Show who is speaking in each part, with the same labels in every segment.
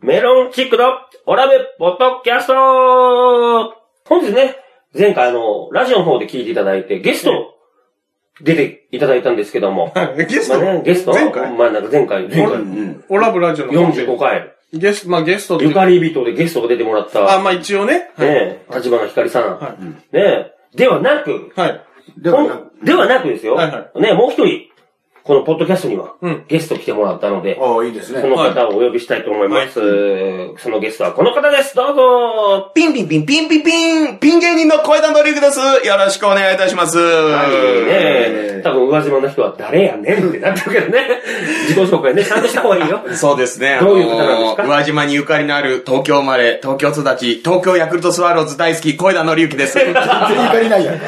Speaker 1: メロンチックのオラベポッドキャスト本日ね、前回あの、ラジオの方で聞いていただいて、ゲスト、出ていただいたんですけども。
Speaker 2: えゲス
Speaker 1: まあ
Speaker 2: ト、
Speaker 1: ね、ゲスト
Speaker 2: 前回
Speaker 1: まあなんか前回、前
Speaker 2: 前
Speaker 1: 回
Speaker 2: 回オラブラジオの本で
Speaker 1: 45回、
Speaker 2: ゲスト、まあゲストって
Speaker 1: ゆかり人でゲストが出てもらった、
Speaker 2: あ、
Speaker 1: ね
Speaker 2: まあ一応ね。はい。
Speaker 1: え、立花ひかりさん、
Speaker 2: は
Speaker 1: ねえ、ではなく、
Speaker 2: はい。
Speaker 1: で
Speaker 3: で
Speaker 1: は
Speaker 3: も
Speaker 1: なく、ではなくですよ、
Speaker 2: はいは
Speaker 1: ねえもう一人、このポッドキャストには
Speaker 2: うん、
Speaker 1: ゲスト来てもらったので、
Speaker 3: ああ、いいですね
Speaker 1: そ。の方をお呼びしたいと思います。そのゲストはこの方です。どうぞ
Speaker 4: ピンピンピンピンピンピンピン芸人の小枝のりくですよろしくお願いいたします
Speaker 1: はいね多分、上島の人は誰やねんってなってるけどね。自己紹介ね、ちゃんとした方がいいよ。
Speaker 4: そうですね。
Speaker 1: どういう方なんですか
Speaker 4: あのー宇和島にゆかりのある東京生まれ、東京育ち、東京ヤクルトスワローズ大好き、小枝のりゆきです。あ
Speaker 3: 全然ゆかりないやん。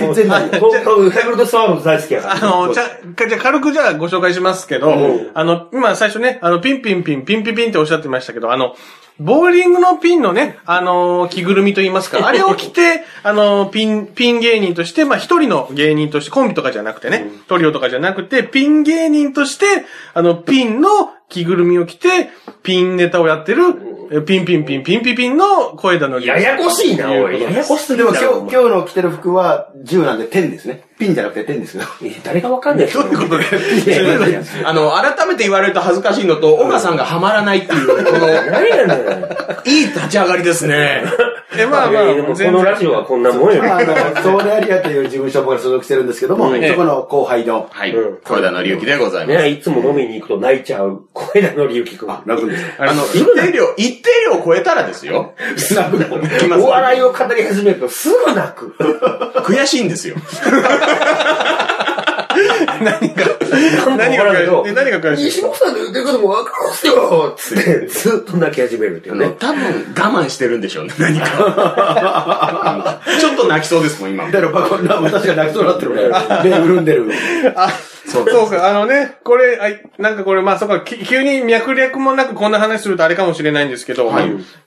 Speaker 3: 全然ないやん。
Speaker 1: 東京ヤクルトスワローズ大好きやから。
Speaker 2: あの、じゃ、かじゃあ軽くじゃあご紹介しますけど、あの、今最初ね、あの、ピンピンピン、ピンピンピンっておっしゃってましたけど、あの、ボーリングのピンのね、あのー着ぐるみと言いま すか、あれを着て、あのーピン、ピン芸人として、まあ、一人の芸人として、コンビとかじゃなくてね、トリオとかじゃなくて、ピン芸人として、あの、ピンの着ぐるみを着て、ピンネタをやってる、えピンピンピン、ピンピンピンの声だのり
Speaker 1: ややこしいな、おい。ややこしすぎ
Speaker 3: で
Speaker 1: る
Speaker 3: も
Speaker 1: な
Speaker 3: 今日、今日の着てる服は10なんで10ですね。ピンじゃなくて10ですけど。
Speaker 1: お前いや誰がわかんないどういうこと
Speaker 4: の、改めて言われると恥ずかしいのと、小川さんがハマらないっていう、この、
Speaker 1: 何やねん。ま
Speaker 4: いい立ち上がりですね。
Speaker 2: え、まあまあ、
Speaker 1: でもこのラジオはこんなもんよ。
Speaker 3: まあ、あの、ソーレアリアという事務所僕が所属してるんですけども、
Speaker 2: ん
Speaker 3: そこの後輩の。
Speaker 4: はい
Speaker 1: うん、
Speaker 4: 小枝のりゆきでございます。
Speaker 1: ねいつも飲みに行くと泣いちゃう。声田のりゆきくん。
Speaker 3: あ、ラブです。
Speaker 4: あの、一定量、一定量超えたらですよ。
Speaker 3: ラブコ。
Speaker 4: ます
Speaker 1: お笑いを語り始めるとすぐ泣く。
Speaker 4: 悔しいんですよ。
Speaker 2: 何が、何が悔しいえ何が悔しい
Speaker 1: 西本さんの言ってることもわかるっすよつって、ずっと泣き始めるってい
Speaker 4: あ
Speaker 1: う
Speaker 4: の、
Speaker 1: ね。
Speaker 4: 多分我慢してるんでしょうね、何 か。ちょっと泣きそうですもん、今。
Speaker 3: だから、まあ、こんな私が泣きそうになってるから、 目潤んでる。
Speaker 2: あ、そうか、あのね、これ、あいなんかこれ、まあ、そっか、き急に脈略もなくこんな話するとあれかもしれないんですけど、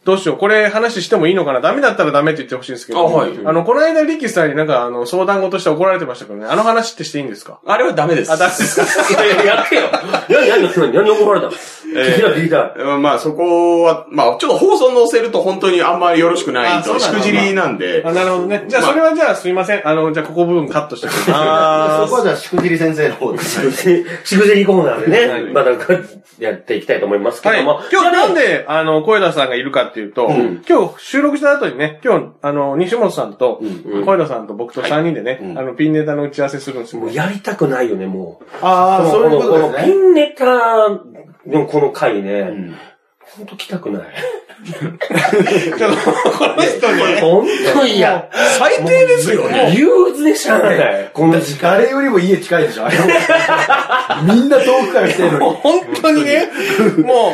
Speaker 2: どうしよう、これ話してもいいのかなダメだったらダメって言ってほしいんですけど、
Speaker 4: あはい
Speaker 2: あの、この間、リキさんになんか、あの、相談事して怒られてましたけどね、あの話ってしていいんですか
Speaker 4: あれはダメです。
Speaker 2: あ、ダメですか
Speaker 1: いやいや、やってよ。何、何、何、何怒られたの聞きたい、聞きたい。
Speaker 4: うんまあそこは、まあちょっと放送載せると本当にあんまりよろしくな
Speaker 2: あ
Speaker 4: い
Speaker 2: そうなん
Speaker 4: と、し
Speaker 2: だ
Speaker 4: くじりなんで
Speaker 2: あ、。なるほどね。じゃあ、
Speaker 4: まあ
Speaker 2: それはじゃあ、すいません。あの、じゃあ、ここ部分カットしてください。
Speaker 4: あ
Speaker 3: そこはじゃあ、しくじり先生の方です。
Speaker 1: しぐぜりコーナーでね、まだやっていきたいと思いますけ
Speaker 2: はい
Speaker 1: ども。。
Speaker 2: 今日なんで、あの、小枝さんがいるかっていうと、今日収録した後にね、今日、あの、西本さんと、小枝さんと僕と3人でね、あの、ピンネタの打ち合わせするんですよ
Speaker 1: も。うやりたくないよね、もう。
Speaker 3: ああ、
Speaker 1: こ
Speaker 3: そうい
Speaker 1: の
Speaker 3: うこと
Speaker 1: この
Speaker 3: で
Speaker 1: ピ
Speaker 3: すね。
Speaker 1: ンネタのこの回ね、ほんと来たくない。
Speaker 2: ちょっと、この人ね、
Speaker 1: ほんと嫌。
Speaker 4: 最低ですよね。
Speaker 1: 憂鬱でしゃあない。この時間。
Speaker 3: 誰よりも家近いでしょ、あれみんな遠くから来てるのに。
Speaker 2: 本当にね、もう、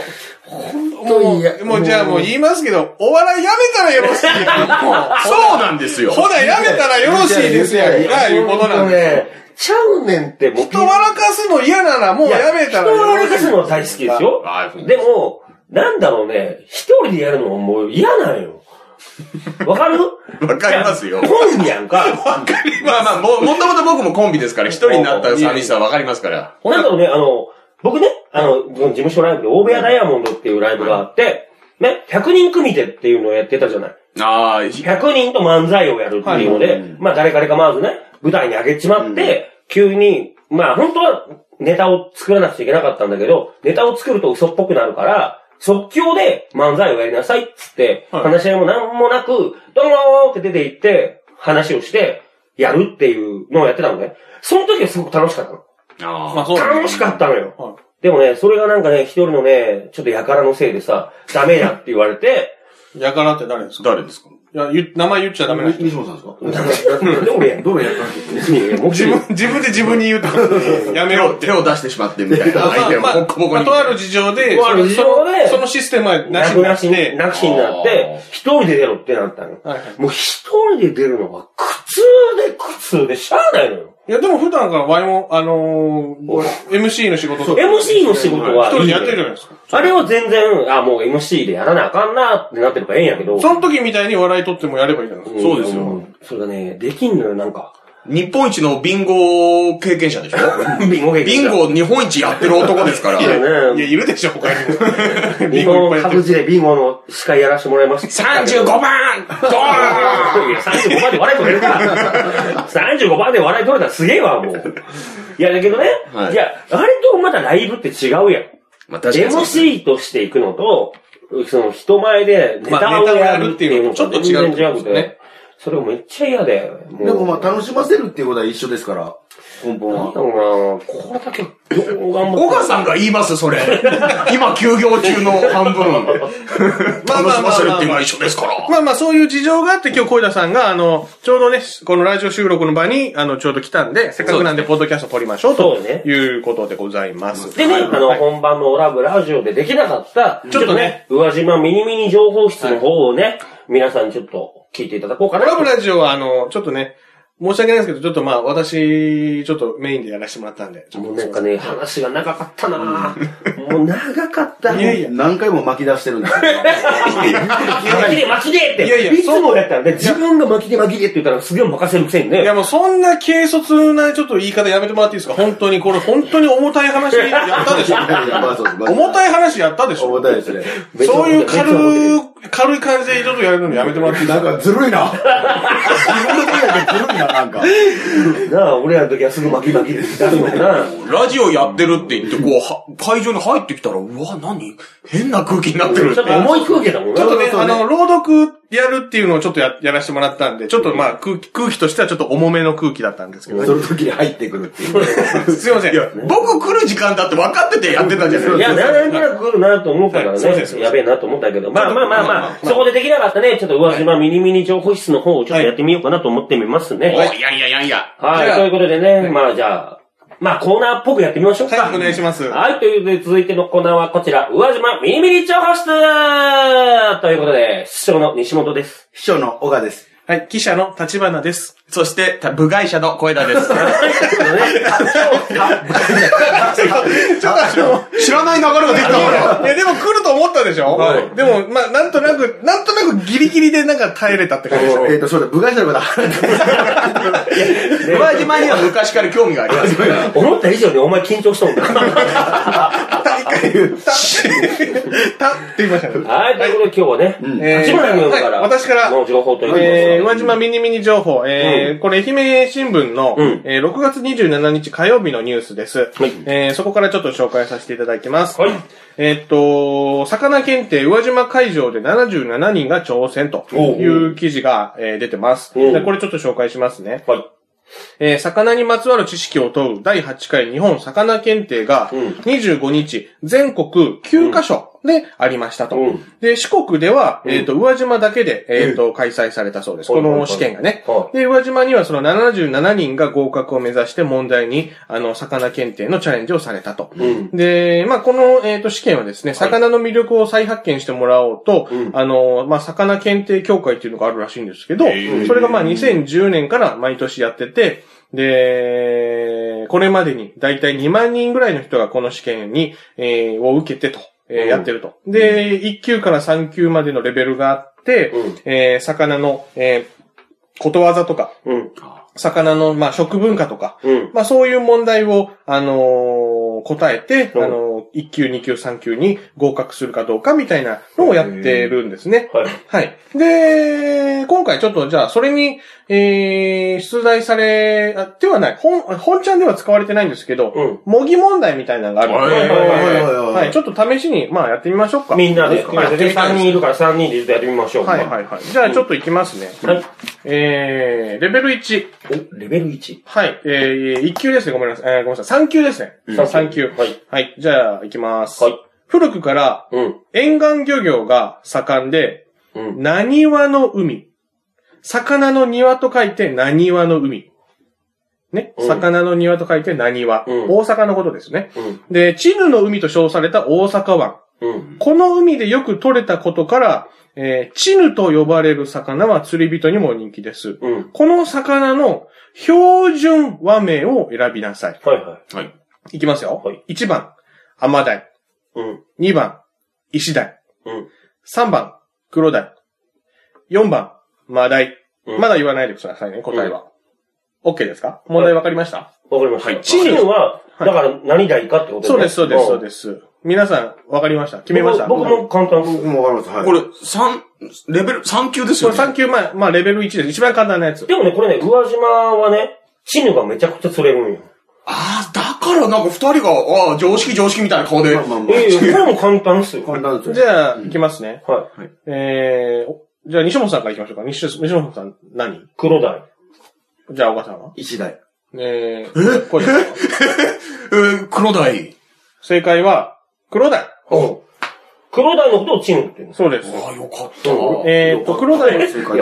Speaker 1: 当
Speaker 2: も
Speaker 1: に嫌
Speaker 2: う、もうじゃあもう言いますけど、お笑いやめたらよろしい。も
Speaker 4: そうなんですよ
Speaker 2: う、。ほなやめたらよろしいですやんか、いうことなんで。
Speaker 1: ね、ちゃうねんって、もう
Speaker 2: 人笑かすの嫌ならもうやめたら
Speaker 1: 人を
Speaker 2: よろ
Speaker 1: 笑か
Speaker 2: しい
Speaker 1: す。のは大好きですよ
Speaker 4: あそう。
Speaker 1: でも、なんだろうね、一人でやるのはもう嫌なんよ。わかる
Speaker 4: わかりますよ
Speaker 1: いやコンビやんか。
Speaker 4: まあまあ、も、もともと僕もコンビですから、一人になった寂しさはわかりますから。
Speaker 1: なんだろうね、あの、僕ね、あの、事務所ライブで、大部屋ダイヤモンドっていうライブがあって、ね、100人組でっていうのをやってたじゃない。
Speaker 4: ああ、ひ
Speaker 1: 100人と漫才をやるっていうので、まあ誰からかまずね、舞台に上げちまって、急に、まあ本当はネタを作らなくちゃいけなかったんだけど、ネタを作ると嘘っぽくなるから、即興で漫才をやりなさいっつって、
Speaker 2: はい
Speaker 1: 話し合いもなんもなく、どうもーって出て行って、話をして、やるっていうのをやってたのね。その時はすごく楽しかったの。
Speaker 4: あ
Speaker 2: まあ
Speaker 4: あ、
Speaker 2: そうだね
Speaker 1: 楽しかったのよ。
Speaker 2: は
Speaker 1: でもね、それがなんかね、一人のね、ちょっとやからのせいでさ、ダメだって言われて、
Speaker 2: やからって誰ですか
Speaker 4: 誰ですか
Speaker 2: いや、ゆ名前言っちゃダメな人。
Speaker 3: 西本さんですか
Speaker 1: で、俺やん。
Speaker 3: どうやったんです
Speaker 1: 自
Speaker 3: か
Speaker 2: 自分、自分で自分に言うと。やめ
Speaker 4: 手
Speaker 2: ろ
Speaker 4: を、
Speaker 2: って。
Speaker 4: 手を出してしまってみたいな。 相手をボ
Speaker 2: ま
Speaker 4: ッ
Speaker 2: あ
Speaker 4: コボコ
Speaker 2: まあ
Speaker 4: に。
Speaker 2: とある事情で、
Speaker 1: とある事情
Speaker 2: その
Speaker 1: で
Speaker 2: そのシステムはな
Speaker 1: な
Speaker 2: し
Speaker 1: く
Speaker 2: に
Speaker 1: な
Speaker 2: なっ
Speaker 1: しに、
Speaker 2: て、
Speaker 1: なくしになって
Speaker 4: あー、
Speaker 1: 一人で出ろってなったの。
Speaker 2: はいはい
Speaker 1: もう一人で出るのは苦痛で苦痛でしゃあないのよ。
Speaker 2: いや、でも普段からワイも、あのー、MC の仕事とか
Speaker 1: MC の仕事は
Speaker 2: 一人でやってるじゃないですか。
Speaker 1: あれは全然、あ、もう MC でやらなあかんなってなってるからええんやけど。
Speaker 2: その時みたいに笑い取ってもやればいいじゃないです
Speaker 1: ん
Speaker 4: そうですよ。
Speaker 1: それがね、できんのよ、なんか。
Speaker 4: 日本一のビンゴ経験者でしょ
Speaker 1: ビンゴ劇
Speaker 4: ビンゴ日本一やってる男ですから。
Speaker 1: だ
Speaker 2: いや、
Speaker 1: ね。
Speaker 2: いるでしょ、他にも。
Speaker 1: 日本
Speaker 2: ゴいっぱいやって
Speaker 1: 各
Speaker 2: る
Speaker 1: 地でビンゴの司会やらせてもらいました。
Speaker 4: 35番ドーン
Speaker 1: いや、35番で笑い取れるから。35番で笑い取れたらすげえわ、もう。いや、だけどね、
Speaker 4: はい
Speaker 1: い、や、あれとまたライブって違うやん。
Speaker 4: まあ確かにそうですね。
Speaker 1: MC としていくのと、その人前でネタを
Speaker 2: まあネタを
Speaker 1: や
Speaker 2: や
Speaker 1: る
Speaker 2: る
Speaker 1: っ
Speaker 2: ってて
Speaker 1: い
Speaker 2: いう
Speaker 1: の
Speaker 2: うの
Speaker 1: が
Speaker 2: とちょっと違う
Speaker 1: 全然
Speaker 2: って
Speaker 1: 違
Speaker 2: こと
Speaker 1: く
Speaker 2: です
Speaker 1: て
Speaker 2: ね。
Speaker 1: それがめっちゃ嫌で。もう
Speaker 3: でもまあ楽しませるっていうことは一緒ですから、根本
Speaker 1: なんだ
Speaker 3: は。
Speaker 1: ろうなこれだけ、どう頑張っ
Speaker 4: 小
Speaker 1: て。
Speaker 4: 川さんが言います、それ。 今、休業中の半分。
Speaker 2: まあまあま
Speaker 4: 楽
Speaker 2: あまあ
Speaker 4: しませるっていうのは一緒ですから。
Speaker 2: まあまあ、そういう事情があって、今日、小枝さんが、あの、ちょうどね、このラジオ収録の場に、あの、ちょうど来たんで、せっかくなんで、ポッドキャスト撮りましょう、と
Speaker 1: そうね
Speaker 2: いうことでございます。
Speaker 1: でね、
Speaker 2: はい
Speaker 1: あの、本番のオラブラジオでできなかった、ちょっとね、宇和島ミニミニ情報室の方をね、皆さんにちょっと聞いていただこうかな。
Speaker 2: ラブラジオは、あの、ちょっとね、申し訳ないですけど、ちょっとまあ、私、ちょっとメインでやらせてもらったんで、ちょっ
Speaker 1: も
Speaker 2: と
Speaker 1: うなんかね、話が長かったなぁもう長かった。
Speaker 2: いやいや
Speaker 3: 何回も巻き出してるんですよ。
Speaker 1: 巻きで巻きでって。
Speaker 2: いやいや
Speaker 1: つもやったらね、自分が巻きで巻きでって言ったらすげえ任せるくせに
Speaker 2: いや
Speaker 1: ね。
Speaker 2: もうそんな軽率なちょっと言い方やめてもらっていいですか本当に、これ本当に重たい話やったでしょ
Speaker 3: いやいやまあそうですまあ
Speaker 2: 重たい話やったでしょ
Speaker 3: 重たいですね。
Speaker 2: そういう
Speaker 1: い。
Speaker 2: 軽い、軽い感じでちょっとやるのやめてもらっていいです
Speaker 3: なん
Speaker 2: か
Speaker 3: かずるいな。自分の手がずるいな、なんか。
Speaker 1: なあ、俺らの時はすぐ巻き巻きでって言ったもんな。
Speaker 4: ラジオやってるって言って、こうは、会場に入ってきたら、うわ、何変な空気になってるっ
Speaker 1: ち
Speaker 4: て
Speaker 1: ょっ。と重い空気だもんな。
Speaker 2: ちょっとね、
Speaker 3: そう
Speaker 2: あ
Speaker 3: ね
Speaker 2: の、朗読やるっていうのをちょっとややらせてもらったんで、ちょっとまあ空気、空気としてはちょっと重めの空気だったんです けどね。
Speaker 3: その時に入ってくるっていう。
Speaker 2: すいません。いや、
Speaker 4: 僕来る時間だって分かっててやってたんじゃない
Speaker 1: いや、なんとなく来るなと思ったから
Speaker 2: はいすいませんす
Speaker 1: ね。
Speaker 2: いませ
Speaker 1: や
Speaker 2: ん
Speaker 1: べえなと思ったけど。まあまあまあまあ、そこでできなかったね。ちょっと宇和島ミニミニ情報室の方をちょっとやってみようかなと思ってみますね。
Speaker 4: おいやいやいやいや。
Speaker 1: はい、ということでね、まあじゃあ、まあコーナーっぽくやってみましょうか。
Speaker 2: はいお願いします
Speaker 1: はい、ということで続いてのコーナーはこちら、宇和島ミニミニ情報室ということで、師匠の西本です。
Speaker 3: 秘書の小川です。
Speaker 2: はい、記者の立花です。
Speaker 4: そして、た部外者の小 枝です。
Speaker 2: ちょっとあの、
Speaker 4: 知らない流れが出てきたから。
Speaker 2: いや、でも来ると思ったでしょ
Speaker 4: はい
Speaker 2: でも、まあ、なんとなく、なんとなくギリギリでなんか耐えれたって感じでしょ
Speaker 3: えっと、そうだ、部外者の方払って
Speaker 4: 宇和島には昔から興味がありますから。
Speaker 1: 思った以上にお前緊張しとんだ。
Speaker 2: た、たって言いましたね。
Speaker 1: はい、ということで今日はね、
Speaker 2: えー
Speaker 1: 立花君から、
Speaker 2: はい私から
Speaker 1: の情報ということ
Speaker 2: え
Speaker 1: で
Speaker 2: ー、宇和島ミニミニ情報、えーこれ愛媛新聞の、
Speaker 1: うん
Speaker 2: えー6月27日火曜日のニュースです、
Speaker 1: はい
Speaker 2: えーそこからちょっと紹介させていただきます。
Speaker 1: はい
Speaker 2: えーっと、魚検定宇和島会場で77人が挑戦という記事が、えー出てます。
Speaker 1: おう
Speaker 2: でこれちょっと紹介しますね。
Speaker 1: はい。
Speaker 2: えー魚にまつわる知識を問う第8回日本魚検定が
Speaker 1: うん
Speaker 2: 25日全国9カ所でありましたと。
Speaker 1: うん
Speaker 2: で、四国では、えっ、と、宇和島だけで、えっ、と、開催されたそうです。
Speaker 1: はい
Speaker 2: こ
Speaker 1: はいは
Speaker 2: の
Speaker 1: い
Speaker 2: 試験がね
Speaker 1: は。い
Speaker 2: で、宇和島にはその77人が合格を目指して問題に、あの、魚検定のチャレンジをされたと。
Speaker 1: うん。
Speaker 2: で、まあ、この、えっ、と、試験はですね、魚の魅力を再発見してもらおうと、
Speaker 1: うん
Speaker 2: あの、まあ、魚検定協会っていうのがあるらしいんですけど、
Speaker 4: ー
Speaker 2: それがまあ、2010年から毎年やってて、で、これまでに大体2万人ぐらいの人がこの試験に、えーを受けてと、えー
Speaker 1: うん
Speaker 2: やってると。で、1級から3級までのレベルがあって、
Speaker 1: うん
Speaker 2: えー魚の、えーことわざとか、
Speaker 1: うん。
Speaker 2: 魚の、まあ、食文化とか、
Speaker 1: うん。
Speaker 2: まあそういう問題を、あのー答えて、あ
Speaker 1: うん
Speaker 2: のー、1級、2級、3級に合格するかどうかみたいなのをやってるんですね。
Speaker 1: はい。
Speaker 2: はい。で、今回ちょっとじゃあ、それに、えー、出題されあてはない。本、本ちゃんでは使われてないんですけど、
Speaker 1: うん
Speaker 2: 模擬問題みたいなのがあるので、
Speaker 4: はいはいはい
Speaker 3: はいはい
Speaker 2: はい、ちょっと試しに、まあやってみましょうか。
Speaker 1: みんなで、
Speaker 2: は
Speaker 1: まあ、
Speaker 2: い、やってみたい
Speaker 1: 3
Speaker 2: で
Speaker 1: 人いるから3人でちょっとやってみましょう
Speaker 2: す
Speaker 1: か。
Speaker 2: はいはいはい。じゃあちょっといきますね。
Speaker 1: はい。
Speaker 2: えー、レベル1。
Speaker 1: お、レベル 1?
Speaker 2: はい、えー、1級ですね、ごめんなさい。えーごめんなさい、3級ですね。3級。
Speaker 1: はい。
Speaker 2: はい、じゃあ、行きます。
Speaker 1: はい
Speaker 2: 古くから、
Speaker 1: うん。
Speaker 2: 沿岸漁業が盛んで、
Speaker 1: うん。
Speaker 2: 何わの海。魚の庭と書いて何わの海。ね、
Speaker 1: うん
Speaker 2: 魚の庭と書いて何わ。
Speaker 1: うん
Speaker 2: 大阪のことですね。
Speaker 1: うん。
Speaker 2: で、チヌの海と称された大阪湾。
Speaker 1: うん。
Speaker 2: この海でよく取れたことから、えーチヌと呼ばれる魚は釣り人にも人気です。
Speaker 1: うん。
Speaker 2: この魚の標準和名を選びなさい。
Speaker 1: はいはい。
Speaker 4: はい。
Speaker 2: いきますよ。
Speaker 1: はい
Speaker 2: 1番、アマダイ。
Speaker 1: うん。
Speaker 2: 2番、石鯛。
Speaker 1: うん。
Speaker 2: 3番、黒鯛。4番、マダイ。
Speaker 1: うん
Speaker 2: まだ言わないでくださいね、答えは。 OK ですか問題わかりました
Speaker 1: わかりました。
Speaker 4: はい
Speaker 1: 知事は、だから何代かってこと
Speaker 2: そうです、そうです、そう
Speaker 1: す。
Speaker 2: です。皆さん、わかりました決
Speaker 1: 決
Speaker 2: めました
Speaker 1: 僕僕も簡単です。
Speaker 3: もうわかりました。はい。
Speaker 4: これ、三、レベル、三級です
Speaker 2: こ
Speaker 4: よ
Speaker 2: れ
Speaker 4: ね。
Speaker 2: 3級前、まあレベル1です。一番簡単なやつ。
Speaker 1: でもね、これね、宇和島はね、チヌがめちゃくちゃ釣れるんよ。
Speaker 4: ああ、だからなんか二人が、ああ、常識常識みたいな顔で。
Speaker 3: まあまあま
Speaker 1: ええ、これも簡単っすよ。
Speaker 3: あ。
Speaker 1: はい。
Speaker 3: 簡単ですよ。
Speaker 2: じゃあ、いきますね。
Speaker 3: はい。
Speaker 2: えー、おじゃあ西本さんからいきましょうか。西西本さん何、
Speaker 1: 黒鯛。
Speaker 2: じゃあ、岡さんは
Speaker 3: 一台。
Speaker 2: えー、これですか
Speaker 4: えー、黒鯛。
Speaker 2: 正解は、黒鯛。
Speaker 1: うん。黒鯛のことをチヌって言うんです。
Speaker 2: そうです。
Speaker 4: ああ、よかった。
Speaker 2: えーっと、黒鯛。え、
Speaker 3: 正
Speaker 1: い
Speaker 3: 解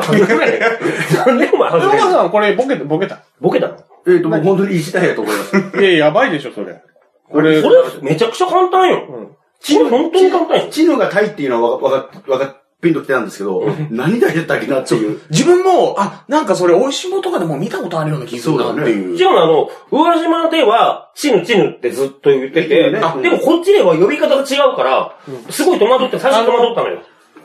Speaker 1: や、
Speaker 3: だ。
Speaker 1: なんでなんでお前
Speaker 2: 岡
Speaker 1: 外れるの
Speaker 2: さん、これボケた、ボケた。
Speaker 1: ボケたの
Speaker 3: えっと、もう本当に一台だと思い ます。
Speaker 2: いや、やばいでしょ、それ。これ、
Speaker 1: それめちゃくちゃ簡単よ。
Speaker 2: うん
Speaker 1: チヌ本当に簡単よ。
Speaker 3: チヌがタイっていうのはわか、わか、わか、ピンときてたんですけど、何台だったっけなっていう。
Speaker 4: 自分も、あ、なんかそれ、美味しいもとかでも見たことあるような気がするなっていう。
Speaker 1: 違うの、あの、宇和島では、チヌチヌってずっと言って
Speaker 3: いい
Speaker 1: て、
Speaker 3: よね
Speaker 1: あでもこっちでは呼び方が違うから、すごい戸惑って、最初戸惑ったのよ。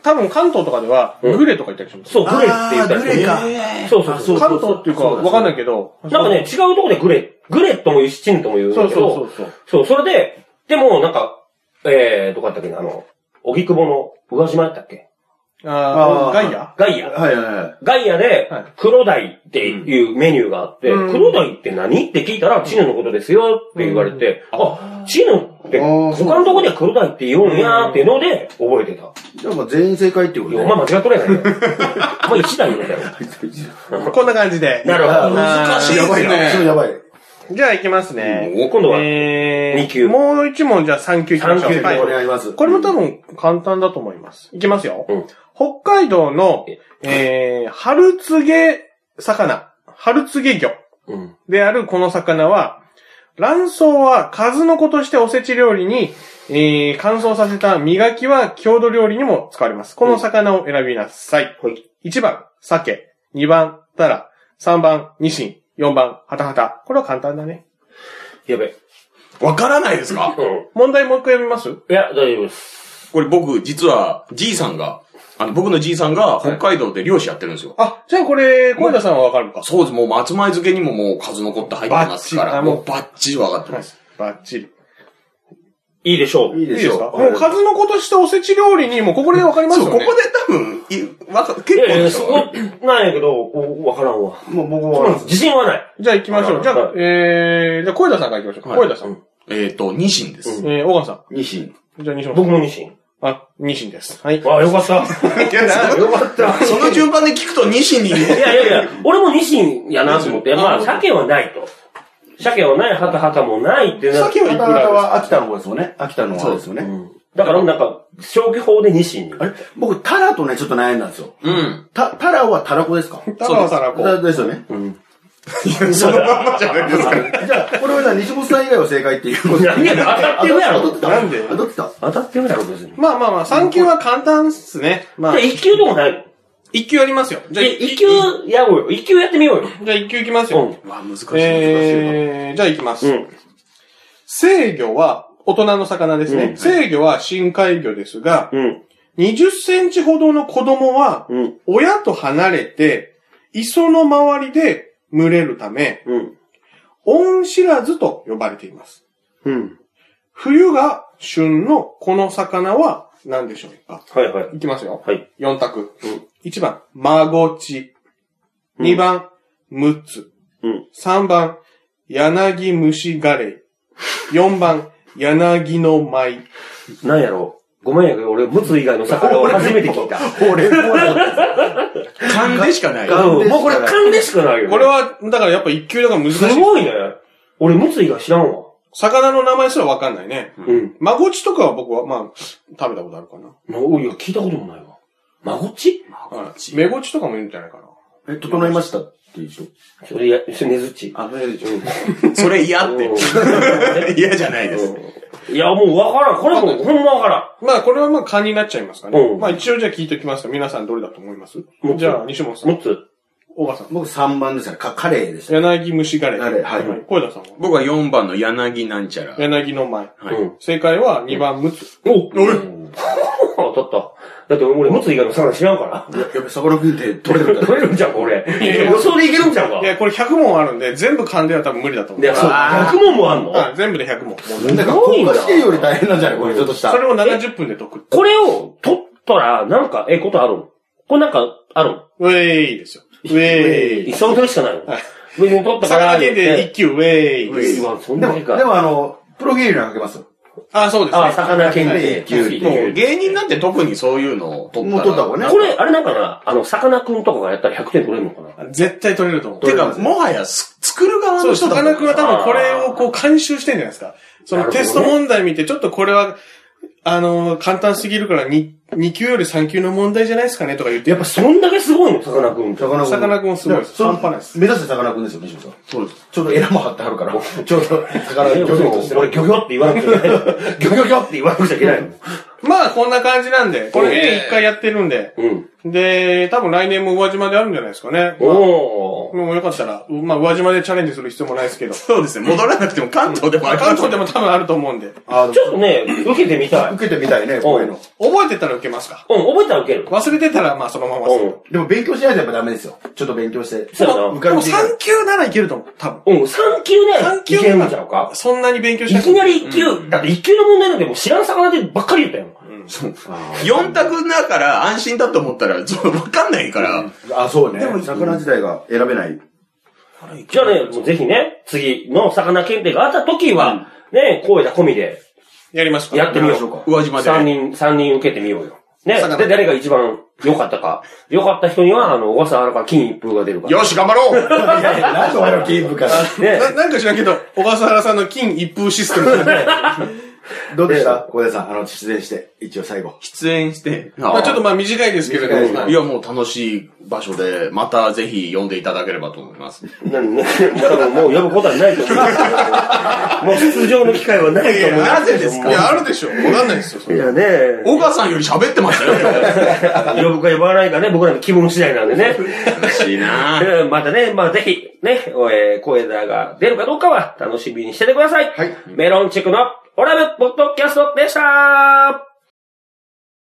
Speaker 2: 多分関東とかでは、グレとか言ったりします。
Speaker 1: そう、グレって言ったりする。
Speaker 3: あーグレ
Speaker 4: えー
Speaker 1: そうそうそう。
Speaker 2: 関東っていうか、わかんないけど。
Speaker 1: なんかね、違うとこでグレ、グレとも言うし、チヌとも言うん
Speaker 2: そ
Speaker 1: だ
Speaker 2: う
Speaker 1: け
Speaker 2: そうそ
Speaker 1: ど
Speaker 2: う、そう。
Speaker 1: そう、それで、でもなんか、えー、どこだったっけな、あの、荻窪の宇和島だったっけ
Speaker 2: あー
Speaker 3: あー
Speaker 2: ガイア
Speaker 1: ガイア。
Speaker 3: はいはいはい。
Speaker 1: ガイアで
Speaker 2: はい、
Speaker 1: 黒鯛っていうメニューがあって、
Speaker 2: うん
Speaker 1: 黒鯛って何って聞いたら、チヌのことですよって言われて、あ、チヌって、
Speaker 3: あーそう
Speaker 1: 他のとこでは黒鯛って言うんやーっていうので、覚えてた。
Speaker 3: じゃあまあ全員正解ってこ
Speaker 1: い
Speaker 3: と
Speaker 1: や
Speaker 3: ね。
Speaker 1: お前間違っとれないよ。 お前一台みたいな。
Speaker 2: こんな感じで。
Speaker 1: なるほど。
Speaker 4: 難しい
Speaker 3: や
Speaker 4: で
Speaker 3: ば
Speaker 4: す
Speaker 3: いな。それ
Speaker 4: ね。
Speaker 3: やばい。
Speaker 2: じゃあ、いきますね。
Speaker 1: 今度は、
Speaker 2: えー、
Speaker 1: 二級
Speaker 2: もう一問、じゃあ3級いきましょ
Speaker 1: 三級
Speaker 2: う。
Speaker 1: は
Speaker 2: はいい
Speaker 3: お。願いします。
Speaker 2: これも多分簡単だと思います。いきますよ。
Speaker 1: うん
Speaker 2: 北海道の、えー、春告げ魚、春告げ魚
Speaker 1: うん。
Speaker 2: であるこの魚は、卵巣は数の子としておせち料理に、えー、乾燥させた磨きは郷土料理にも使われます。この魚を選びなさい。
Speaker 1: はい。
Speaker 2: 1番、鮭。2番、タラ。3番、ニシン。4番、ハタハタ。これは簡単だね。
Speaker 1: やべ。
Speaker 4: わからないですか
Speaker 1: うん。
Speaker 2: 問題もう一回読みます
Speaker 1: いや、大丈夫です。
Speaker 4: これ僕、実は、じいさんが、あの、僕のじいさんが、北海道で漁師やってるんですよ。
Speaker 2: あ、じゃあこれ、小枝さんはわかるのか、
Speaker 4: そうです。もう、松前漬けにももう、数残って入ってますか
Speaker 2: バッチリあ
Speaker 4: ら、
Speaker 2: もう
Speaker 4: もう、バッチリわかって
Speaker 2: は
Speaker 4: ま
Speaker 2: い
Speaker 4: す。。
Speaker 2: バッチリ。
Speaker 1: いいでしょ。
Speaker 3: いうい
Speaker 2: いい
Speaker 3: で
Speaker 2: で
Speaker 3: し
Speaker 2: す
Speaker 3: ょ
Speaker 2: かもう数の子としておせち料理に、もうここでわかります
Speaker 4: そ
Speaker 2: よ
Speaker 4: う、
Speaker 2: ね。
Speaker 4: ここで多分、い、わか、結構
Speaker 1: いやい
Speaker 4: で
Speaker 1: や、
Speaker 4: し
Speaker 1: そ
Speaker 4: ょ
Speaker 1: こ、なんやけど、おわからんわ。
Speaker 3: もう僕
Speaker 1: そうな
Speaker 3: は
Speaker 1: んです。自信はない。
Speaker 2: じゃあ行きましょう。じゃ
Speaker 1: は
Speaker 2: あ
Speaker 1: い、
Speaker 2: えー、じゃあ小枝さんから行きましょう。
Speaker 4: はい
Speaker 2: 小枝さん。
Speaker 4: えっ、と、ニシンです。
Speaker 1: うん
Speaker 2: えー、小川さ
Speaker 3: ニシン。
Speaker 2: ん。じゃあ西本さん。
Speaker 1: 僕もニシン。
Speaker 2: あ、ニシンです。はい。
Speaker 1: あ、よかった。
Speaker 4: いやそのその順番で聞くとニシンに、
Speaker 1: いやいやいや、俺もニシンやなと思って、まあ、鮭はないと。鮭はない、ハタハタもないってな
Speaker 2: 鮭はいく
Speaker 3: 方
Speaker 2: らです
Speaker 3: 々
Speaker 2: か
Speaker 3: は秋田の方ですもんね。秋田の方ですよね。
Speaker 1: だからなんか、消去法でニシンに。
Speaker 3: あれ僕、タラとね、ちょっと悩んだんですよ。
Speaker 4: うん。
Speaker 3: タ、タラはタラコですか
Speaker 2: タラはタラコ。
Speaker 3: だですよね。
Speaker 4: そのまんまじゃないですか。
Speaker 3: じゃあ、これはじゃあ西本さん以外は正解っていうこと
Speaker 1: 何やねん当たってるやろ
Speaker 3: 当たってた
Speaker 2: なんで
Speaker 3: 当たってた
Speaker 1: 当たってるだろ、別に。じ
Speaker 2: まあまあまあ、3級は簡単っすね。ま
Speaker 1: ゃ
Speaker 2: あ
Speaker 1: あ、、一級とかないの
Speaker 2: 1級やりますよ。じゃあ、
Speaker 1: え、一級やろうよ。一級やってみようよ。
Speaker 2: じゃあ1級いきます
Speaker 1: う
Speaker 2: よ
Speaker 1: ん。
Speaker 4: わ、難しい、
Speaker 2: えー、じゃあ行きます。
Speaker 1: うん。
Speaker 2: 制魚は、大人の魚です
Speaker 1: う
Speaker 2: ね。
Speaker 1: ん
Speaker 2: 制魚は深海魚ですが、
Speaker 1: うん。
Speaker 2: 20センチほどの子供は、
Speaker 1: うん。
Speaker 2: 親と離れて、磯の周りで群れるため、
Speaker 1: うん。
Speaker 2: 恩知らずと呼ばれています。
Speaker 1: うん。
Speaker 2: 冬が旬のこの魚は何でしょうか
Speaker 1: はいはい。
Speaker 2: いきますよ。
Speaker 1: はい。
Speaker 2: 4択。
Speaker 1: うん
Speaker 2: 1番、マゴチ。
Speaker 1: うん
Speaker 2: 2番、ムツ。
Speaker 1: うん
Speaker 2: 3番、柳虫ガレイ。4番、柳の舞。
Speaker 1: なんやろう。ごめんやけど、俺、ムツ以外の魚を初めて聞いた。
Speaker 3: 俺も
Speaker 4: 勘でしかない。
Speaker 3: 勘
Speaker 1: うんもうこれ勘でしかないよね。
Speaker 2: これは、だからやっぱ一級だから難し
Speaker 1: す
Speaker 2: い。
Speaker 1: ごいね。俺、ムツ以外知らんわ。
Speaker 2: 魚の名前すらわかんないね。
Speaker 1: うん。
Speaker 2: マゴチとかは僕は、まあ、食べたことあるかな。
Speaker 1: まおいや、聞いたこともないわ。マゴチ
Speaker 2: はいメゴチとかもいるんじゃないかな。
Speaker 3: え、整いましたっていうでしょ
Speaker 1: それ、いや、それ、ねずっち。
Speaker 3: あ、それでしょ
Speaker 4: それ嫌って。嫌じゃないです。
Speaker 1: うん いや、もうわからん。これもうほんまわから
Speaker 2: まあ、これはまあ、勘になっちゃいますかね。
Speaker 1: うん
Speaker 2: まあ、一応じゃあ聞いておきますか。皆さんどれだと思います
Speaker 1: うん
Speaker 2: じゃあ、西本さ
Speaker 1: ん。
Speaker 2: ん、
Speaker 1: ムツ。
Speaker 2: 大川さん、
Speaker 3: 僕3番ですね。か、カレーでした。
Speaker 2: 柳虫ガレイ。
Speaker 3: ガレイはい
Speaker 2: 小枝さんは
Speaker 4: 僕は4番の柳なんちゃら。
Speaker 2: 柳の前。
Speaker 4: はい
Speaker 1: うん
Speaker 2: 正解は2番、ムツ。
Speaker 1: おお当たっだって俺、もつ以外の魚知らんから。
Speaker 3: やっぱさかなクンって取れてるんだ
Speaker 1: 取れるんちゃうか、俺。
Speaker 2: いやいや
Speaker 1: 予 想でいけるんちゃうか。
Speaker 2: いや、これ100問あるんで、全部勘では多分無理だと思う。
Speaker 1: で、そう、
Speaker 3: あ
Speaker 1: 100問もあんの
Speaker 2: はい全部で100問。
Speaker 3: ね。なんか、
Speaker 1: すごい
Speaker 3: 国
Speaker 1: んだ
Speaker 3: 家試験より大変なんじゃないこれ、ちょっとした
Speaker 2: そ。れを70分で解く。
Speaker 1: これを取ったら、なんか、ええことあるんこれなんか、あるん
Speaker 2: ウェーイですよ。ウェ ーイ。
Speaker 1: 一緒に取るしかないの
Speaker 2: はい
Speaker 1: 別に取ったから。
Speaker 2: 魚県で1級ウェーイです。
Speaker 1: うわそん
Speaker 3: で
Speaker 1: な
Speaker 3: も、
Speaker 1: に
Speaker 3: で
Speaker 1: か。
Speaker 3: もあの、プロゲームにはかけますよ。
Speaker 2: あ、そうです
Speaker 1: あ、
Speaker 2: ね。
Speaker 1: 魚県
Speaker 3: はい
Speaker 1: で1級。
Speaker 4: もう芸人なんて特にそういうのを取っ
Speaker 3: も
Speaker 4: た
Speaker 3: う
Speaker 4: ら。
Speaker 3: 取った方がね。
Speaker 1: これ、あれなんかな、あの、魚くんとかがやったら100点取れるのかな
Speaker 2: 絶対取れると思う。
Speaker 4: て
Speaker 3: 取れま
Speaker 4: か、
Speaker 3: す
Speaker 4: もはやす、作る側
Speaker 2: そ
Speaker 4: の
Speaker 2: う、
Speaker 4: 人
Speaker 2: さ
Speaker 4: だ
Speaker 2: か
Speaker 4: と思
Speaker 2: な
Speaker 4: う
Speaker 2: クンは多分これをこう監修してんじゃないですか。そのテスト問題見て、ちょっとこれは、あのー、簡単すぎるから 2, 2級より3級の問題じゃないですかねとか言って、やっぱ
Speaker 1: そんだけすごいの、魚くんって。
Speaker 3: 魚
Speaker 2: さかなクンもすごいです
Speaker 3: その
Speaker 2: 半端ないです
Speaker 3: 目指せ魚くんですよ、西本さん。
Speaker 4: そうです。
Speaker 3: ちょうどエラも張ってあるから、ちょうど魚
Speaker 1: え
Speaker 3: くん、
Speaker 1: で
Speaker 3: 漁
Speaker 1: も
Speaker 3: 業としてる。
Speaker 1: 俺、ギョギョって言わなくちゃいけないの。ギョギョギョって言わなくちゃいけないの。
Speaker 2: まあこんな感じなんで、これね、一回やってるんで、
Speaker 1: うん。
Speaker 2: で、多分来年も宇和島であるんじゃないですかね。
Speaker 1: おー。
Speaker 2: もうよかったら、うまあ宇和島でチャレンジする必要もないですけど、
Speaker 4: そうですね。戻らなくても関東でもあります
Speaker 2: 関東でも多分あると思うんで、
Speaker 3: あー
Speaker 1: ちょっとね、受けてみたい。うん、
Speaker 3: 受けてみたいね、こういうの。
Speaker 2: 覚えてたら受けますか
Speaker 1: 覚えたら受ける。
Speaker 2: 忘れてたらまあそのままでする。
Speaker 1: う
Speaker 3: でも勉強しないとやっぱダメですよ。ちょっと勉強して。
Speaker 1: そうやな
Speaker 3: 受
Speaker 2: で
Speaker 3: か
Speaker 2: も
Speaker 3: る気が
Speaker 2: 3級ならいけると思う、多分。
Speaker 1: ん。うん、3級ね、
Speaker 2: 3級
Speaker 1: いけるんちゃうか。
Speaker 2: そんなに勉強し
Speaker 1: い
Speaker 2: なくて
Speaker 1: き
Speaker 2: も
Speaker 1: なり1級、だって1級の問題なんてもう知らん魚でばっかり言ったよ。
Speaker 4: 4択だから安心だと思ったら、そうわかんないから。
Speaker 3: あ、そうね。
Speaker 4: で
Speaker 3: で
Speaker 4: も
Speaker 3: も、魚自体が選べない。
Speaker 1: じゃあね、もうぜひね、次の魚検定があった時は、ね、声だ込みで
Speaker 2: やりましょうか。
Speaker 1: やってみよ
Speaker 3: やりましょう
Speaker 1: う
Speaker 3: か。
Speaker 4: 宇和島で。
Speaker 1: 三人、三人受けてみようよ。ね。
Speaker 4: 魚
Speaker 1: で、誰が一番良かったか。良かった人には、あの、小笠原から金一風が出るから。
Speaker 4: よし、頑張ろう
Speaker 3: いやいや、なんで俺のキープか。
Speaker 1: ね。
Speaker 2: ななんか知らんけど、小笠原さんの金一風システム、
Speaker 3: どうでした小出さん、あの、出演して、一応最後。
Speaker 4: 出演して。
Speaker 2: まあちょっとまあ短いですけれど
Speaker 3: 短
Speaker 2: も、
Speaker 4: いや、もう楽しい場所で、またぜひ呼んでいただければと思い ます。
Speaker 1: なな多分もう呼ぶことはないと思う。もう出場の機会はないと思う。
Speaker 4: なぜです
Speaker 2: いや、あるでしょ。わかんないですよ、そ
Speaker 1: い
Speaker 2: れ。
Speaker 1: やね。
Speaker 4: 小川さんより喋ってました よ。
Speaker 1: 呼ぶか呼ばないかね、僕らの気分次第なんでね。
Speaker 4: 楽しいな
Speaker 1: えーまたね、まあぜひ、ね、えー、声だが出るかどうかは楽しみにしててください。
Speaker 3: はい
Speaker 1: メロンチェックのオラブポッドキャストでした